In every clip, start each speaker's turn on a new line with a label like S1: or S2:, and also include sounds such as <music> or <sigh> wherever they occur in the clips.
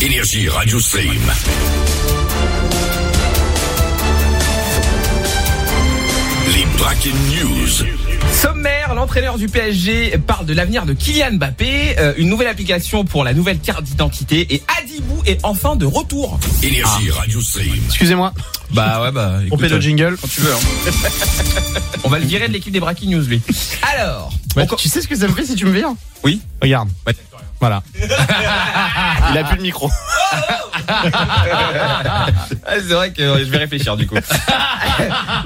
S1: Énergie Radio Stream. Les Bracken News.
S2: Sommaire, l'entraîneur du PSG parle de l'avenir de Kylian Mbappé, euh, une nouvelle application pour la nouvelle carte d'identité et Adibou est enfin de retour.
S1: Énergie Radio Stream.
S3: Excusez-moi,
S2: Bah ouais bah
S3: on paie le jingle.
S2: tu veux. on va le virer de l'équipe des Bracky News lui. Alors,
S3: Ouais,
S2: on co-
S3: tu sais ce que ça me fait si tu me vires
S2: Oui.
S3: Regarde.
S2: Ouais.
S3: Voilà. <laughs> Il a plus de micro.
S2: Ah, c'est vrai que euh, je vais réfléchir du coup. <laughs>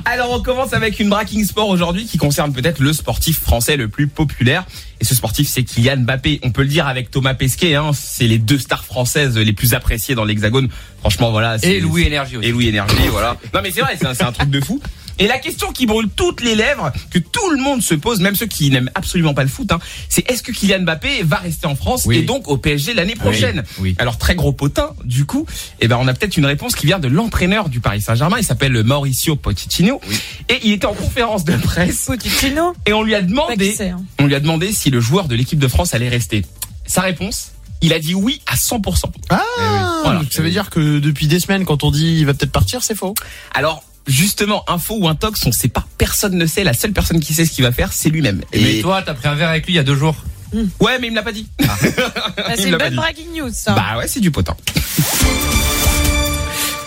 S2: Alors on commence avec une Braking Sport aujourd'hui qui concerne peut-être le sportif français le plus populaire. Et ce sportif c'est Kylian Mbappé. On peut le dire avec Thomas Pesquet, hein, c'est les deux stars françaises les plus appréciées dans l'Hexagone. Franchement voilà. c'est-
S4: Et Louis Énergie aussi.
S2: Et Louis Énergie, voilà. Non mais c'est vrai, c'est un, c'est un truc de fou. Et la question qui brûle toutes les lèvres, que tout le monde se pose, même ceux qui n'aiment absolument pas le foot, hein, c'est est-ce que Kylian Mbappé va rester en France
S4: Oui.
S2: et donc au PSG l'année prochaine
S4: oui.
S2: Alors très gros potin, du coup, eh ben on a peut-être une réponse qui vient de l'entraîneur du Paris Saint-Germain. Il s'appelle Mauricio Pochettino et il était en conférence de presse
S5: Pochettino
S2: et on lui a
S5: Pas qui
S2: demandé,
S5: c'est, hein.
S2: on lui a demandé si le joueur de l'équipe de France allait rester. Sa réponse, il a dit oui à 100%.
S3: Ah
S2: Voilà.
S3: Ça veut dire que depuis des semaines, quand on dit il va peut-être partir, c'est faux.
S2: Alors justement, info ou intox, on sait pas, personne ne sait, la seule personne qui sait ce qu'il va faire, c'est lui-même. Et
S4: Mais toi, t'as pris un verre avec lui il y a deux jours.
S2: Ouais, mais il me l'a pas dit.
S5: Bah,
S2: Il
S5: c'est une
S2: l'a pas
S5: bonne
S2: dit.
S5: breaking news, ça. Ah,
S2: Bah ouais, c'est du potin. <laughs>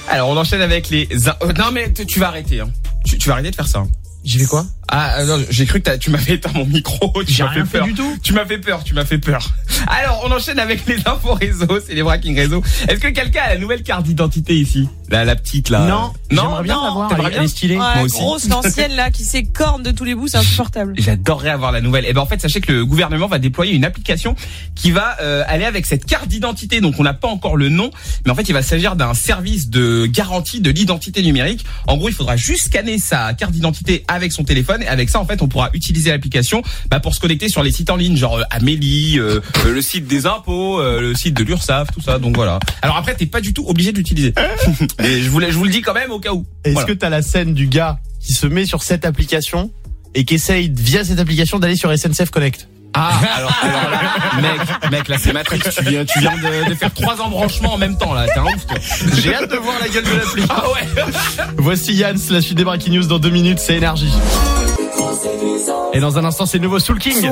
S2: Alors on enchaîne avec les. in- euh, non mais tu tu vas arrêter. Hein. Tu, tu vas arrêter de faire ça. hein.
S3: J'y vais quoi
S2: Ah euh, non, j'ai cru que t'as- tu m'avais éteint mon micro. <laughs> Tu
S3: J'ai
S2: m'as
S3: rien fait
S2: peur.
S3: du tout.
S2: Tu m'as fait peur. Tu m'as fait peur. <laughs> Alors on enchaîne avec les infos réseaux, c'est les braking réseaux. Est-ce que quelqu'un a la nouvelle carte d'identité ici La la petite là.
S3: Euh, Non,
S2: non.
S3: j'aimerais bien Ah.
S2: non,
S3: l'avoir.
S2: t'aimerais
S3: Elle,
S2: bien
S3: elle est stylée.
S5: Ouais,
S2: moi aussi.
S5: grosse l'ancienne là qui s'écorne de tous les bouts, c'est
S2: <laughs>
S5: insupportable.
S2: J'adorerais avoir la nouvelle. Et ben en fait, sachez que le gouvernement va déployer une application qui va euh, aller avec cette carte d'identité. Donc on n'a pas encore le nom, mais en fait, il va s'agir d'un service de garantie de l'identité numérique. En gros, il faudra juste scanner sa carte d'identité avec son téléphone et avec ça en fait, on pourra utiliser l'application bah, pour se connecter sur les sites en ligne genre euh, Amélie, euh, euh, le site des impôts, euh, le site de l'URSSAF, tout ça. Donc voilà. Alors après, t'es pas du tout obligé de l'utiliser. <laughs> Mais je voulais je vous le dis quand même au cas où.
S3: Est-ce
S2: Voilà.
S3: que t'as la scène du gars qui se met sur cette application et qui essaye via cette application d'aller sur SNCF Connect
S2: Ah, alors, alors là, mec, mec, là c'est Matrix, tu viens, tu viens de, de faire trois embranchements en même temps là, t'es un ouf toi.
S3: J'ai hâte de voir la gueule de l'appli.
S2: Ah ouais
S3: Voici Yann, la suite des Breaking News dans deux minutes, c'est énergie. Et dans un instant, c'est le nouveau Soul King.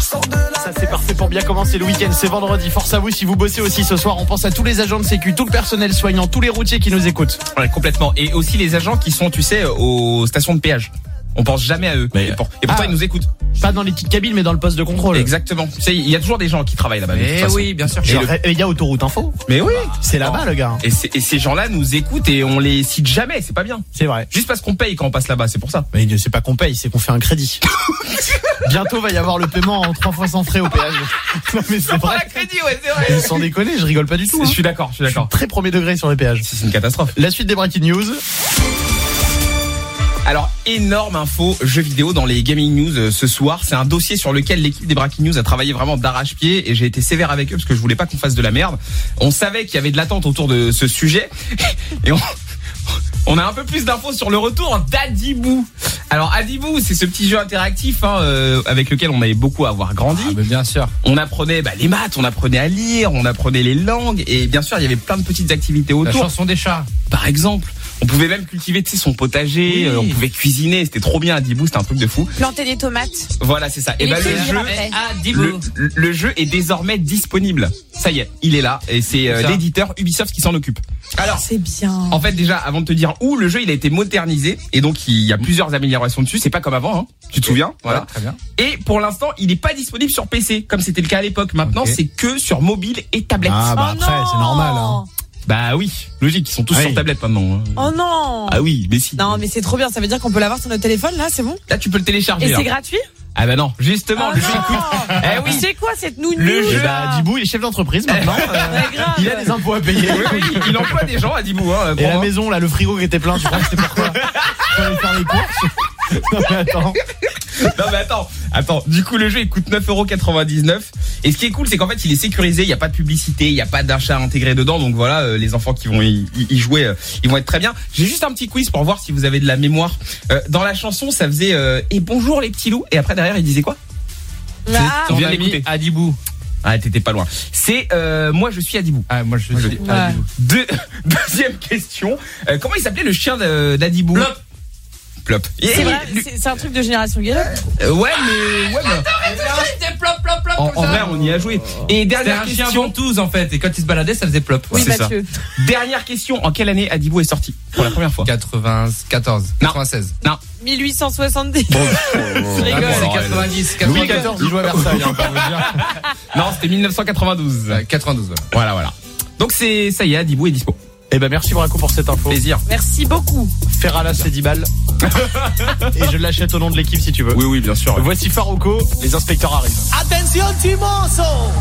S3: Ça c'est parfait pour bien commencer le week-end, c'est vendredi. Force à vous si vous bossez aussi ce soir. On pense à tous les agents de sécu, tout le personnel soignant, tous les routiers qui nous écoutent.
S2: Ouais, Complètement. Et aussi les agents qui sont, tu sais, aux stations de péage. On pense jamais à eux. et, pour, et pourtant
S3: Ah.
S2: ils
S3: Oh
S2: nous écoutent.
S3: Pas dans les petites cabines, mais dans le poste de contrôle.
S2: Exactement. Tu sais, il y a toujours des gens qui travaillent là-bas. de toute
S4: Mais
S2: façon.
S4: Eh oui, bien sûr.
S2: Et
S3: Genre,
S2: le-
S3: eh, Il y a autoroute info.
S2: Mais oui
S3: C'est là-bas le gars. hein.
S2: et, c'est- et ces gens-là nous écoutent et on les cite jamais, c'est pas bien.
S3: C'est vrai.
S2: Juste parce qu'on paye quand on passe là-bas, c'est pour ça.
S3: Mais ne c'est pas qu'on paye, c'est qu'on fait un
S2: <laughs>
S3: crédit. Bientôt va y avoir le paiement en trois fois sans frais
S2: <laughs>
S3: au péage. Non mais c'est vrai.
S2: crédit, ouais, c'est vrai.
S3: Mais Sans déconner, je rigole pas du tout.
S2: Je
S3: hein.
S2: suis d'accord, je suis d'accord.
S3: Très premier degré sur les péages.
S2: C'est une catastrophe.
S3: La suite des breaking news.
S2: Alors, énorme info jeux vidéo dans les gaming news euh, ce soir. C'est un dossier sur lequel l'équipe des Breaking News a travaillé vraiment d'arrache-pied et j'ai été sévère avec eux parce que je voulais pas qu'on fasse de la merde. On savait qu'il y avait de l'attente autour de ce sujet <laughs> et on, on a un peu plus d'infos sur le retour d'Adibou. Alors Adibou, c'est ce petit jeu interactif hein, euh, avec lequel on avait beaucoup à avoir grandi.
S4: bien sûr.
S2: On apprenait bah, les maths, on apprenait à lire, on apprenait les langues et bien sûr il y avait plein de petites activités
S4: La
S2: autour
S4: chanson des chats.
S2: par exemple. On pouvait même cultiver tu sais, son potager,
S4: Oui.
S2: euh, on pouvait cuisiner, c'était trop bien à Dibou, c'était un truc de fou.
S5: Planter des tomates.
S2: Voilà, c'est ça. Et
S5: Il
S2: ben
S5: est
S2: le
S5: très
S2: jeu,
S5: bien. Ouais.
S4: Ah,
S2: le,
S4: dis-vous.
S2: le jeu est désormais disponible. Ça y est, il est là et c'est euh,
S4: C'est ça.
S2: l'éditeur Ubisoft qui s'en occupe. Alors,
S5: C'est bien.
S2: en fait déjà avant de te dire où le jeu, il a été modernisé et donc il y a plusieurs améliorations dessus, c'est pas comme avant hein. Tu te souviens Voilà.
S4: Très bien.
S2: Et pour l'instant, il n'est pas disponible sur PC comme c'était le cas à l'époque. Maintenant,
S4: Ok.
S2: c'est que sur mobile et tablette.
S3: Ah bah
S5: oh
S3: après,
S5: non
S3: c'est normal. hein.
S2: Bah oui, logique, ils sont tous
S3: Oui.
S2: sur tablette maintenant. hein.
S5: Oh non
S2: Ah oui, mais si.
S5: Non, mais c'est trop bien, ça veut dire qu'on peut l'avoir sur notre téléphone là, c'est bon
S2: Là, tu peux le télécharger.
S5: Et
S2: hein.
S5: c'est gratuit
S2: Ah bah non, justement,
S5: Oh
S2: le jeu
S5: non.
S2: coûte-
S5: <laughs>
S2: Eh oui.
S5: C'est quoi cette nounou
S2: Le
S3: Eh
S2: jeu
S3: bah, Dibou, il est chef d'entreprise
S2: Eh. <laughs>
S3: maintenant. Euh,
S5: grave.
S3: il a des impôts à payer.
S2: Oui, oui, il emploie des gens à Dibou. Hein,
S3: Et la
S2: crois-moi.
S3: maison, là, le frigo qui était plein, je crois que c'était <laughs> pourquoi. Pour aller faire les courses. <laughs> Non mais attends.
S2: non mais attends, attends. Du coup, le jeu il coûte 9,99€. Et ce qui est cool, c'est qu'en fait, il est sécurisé. Il n'y a pas de publicité, il n'y a pas d'achat intégré dedans. Donc voilà, euh, les enfants qui vont y, y- y jouer, euh, ils vont être très bien. J'ai juste un petit quiz pour voir si vous avez de la mémoire. Euh, dans la chanson, ça faisait euh, et bonjour les petits loups. Et après derrière, il disait quoi
S5: Ah,
S2: On vient
S4: Ton ami
S2: d'écouter.
S4: Adibou.
S2: Ah, t'étais pas loin. C'est euh, moi, je suis Adibou.
S4: Ah, moi je
S2: Moi, je-
S4: suis. ah,
S5: Ouais.
S4: dis-vous.
S2: Deux- <laughs> Deuxième question. Euh, comment il s'appelait le chien de- d'Adibou
S4: Plop.
S2: Plop.
S5: C'est
S2: Et-
S5: vrai,
S2: lui-
S5: c'est c'est un truc de génération Gallup.
S2: euh, ouais, mais ouais, mais en, en vrai, on y a joué. Et
S4: C'était
S2: dernière
S4: un chien
S2: question.
S4: ventouse en fait, et quand il se baladait, ça faisait plop.
S5: Oui,
S2: c'est ça.
S5: Mathieu.
S2: Dernière question. En quelle année Adibou est sorti pour la première fois
S4: 94,
S2: Non.
S4: 96.
S5: 1870.
S4: Je rigole,
S2: bon,
S4: c'est
S2: alors,
S4: 90,
S3: Louis
S4: 94.
S3: XIV, il joue à Versailles. hein, pour vous dire.
S2: <laughs> Non, c'était 1992.
S4: Euh, 92, voilà.
S2: Voilà, voilà. Donc c'est ça y est, Adibou est dispo.
S3: Eh ben merci Braco pour cette info.
S2: Plaisir.
S5: Merci beaucoup.
S3: Ferrala c'est 10 <laughs> balles. Et je l'achète au nom de l'équipe si tu veux.
S2: Oui, oui, bien sûr.
S3: Voici Farouco, les inspecteurs arrivent.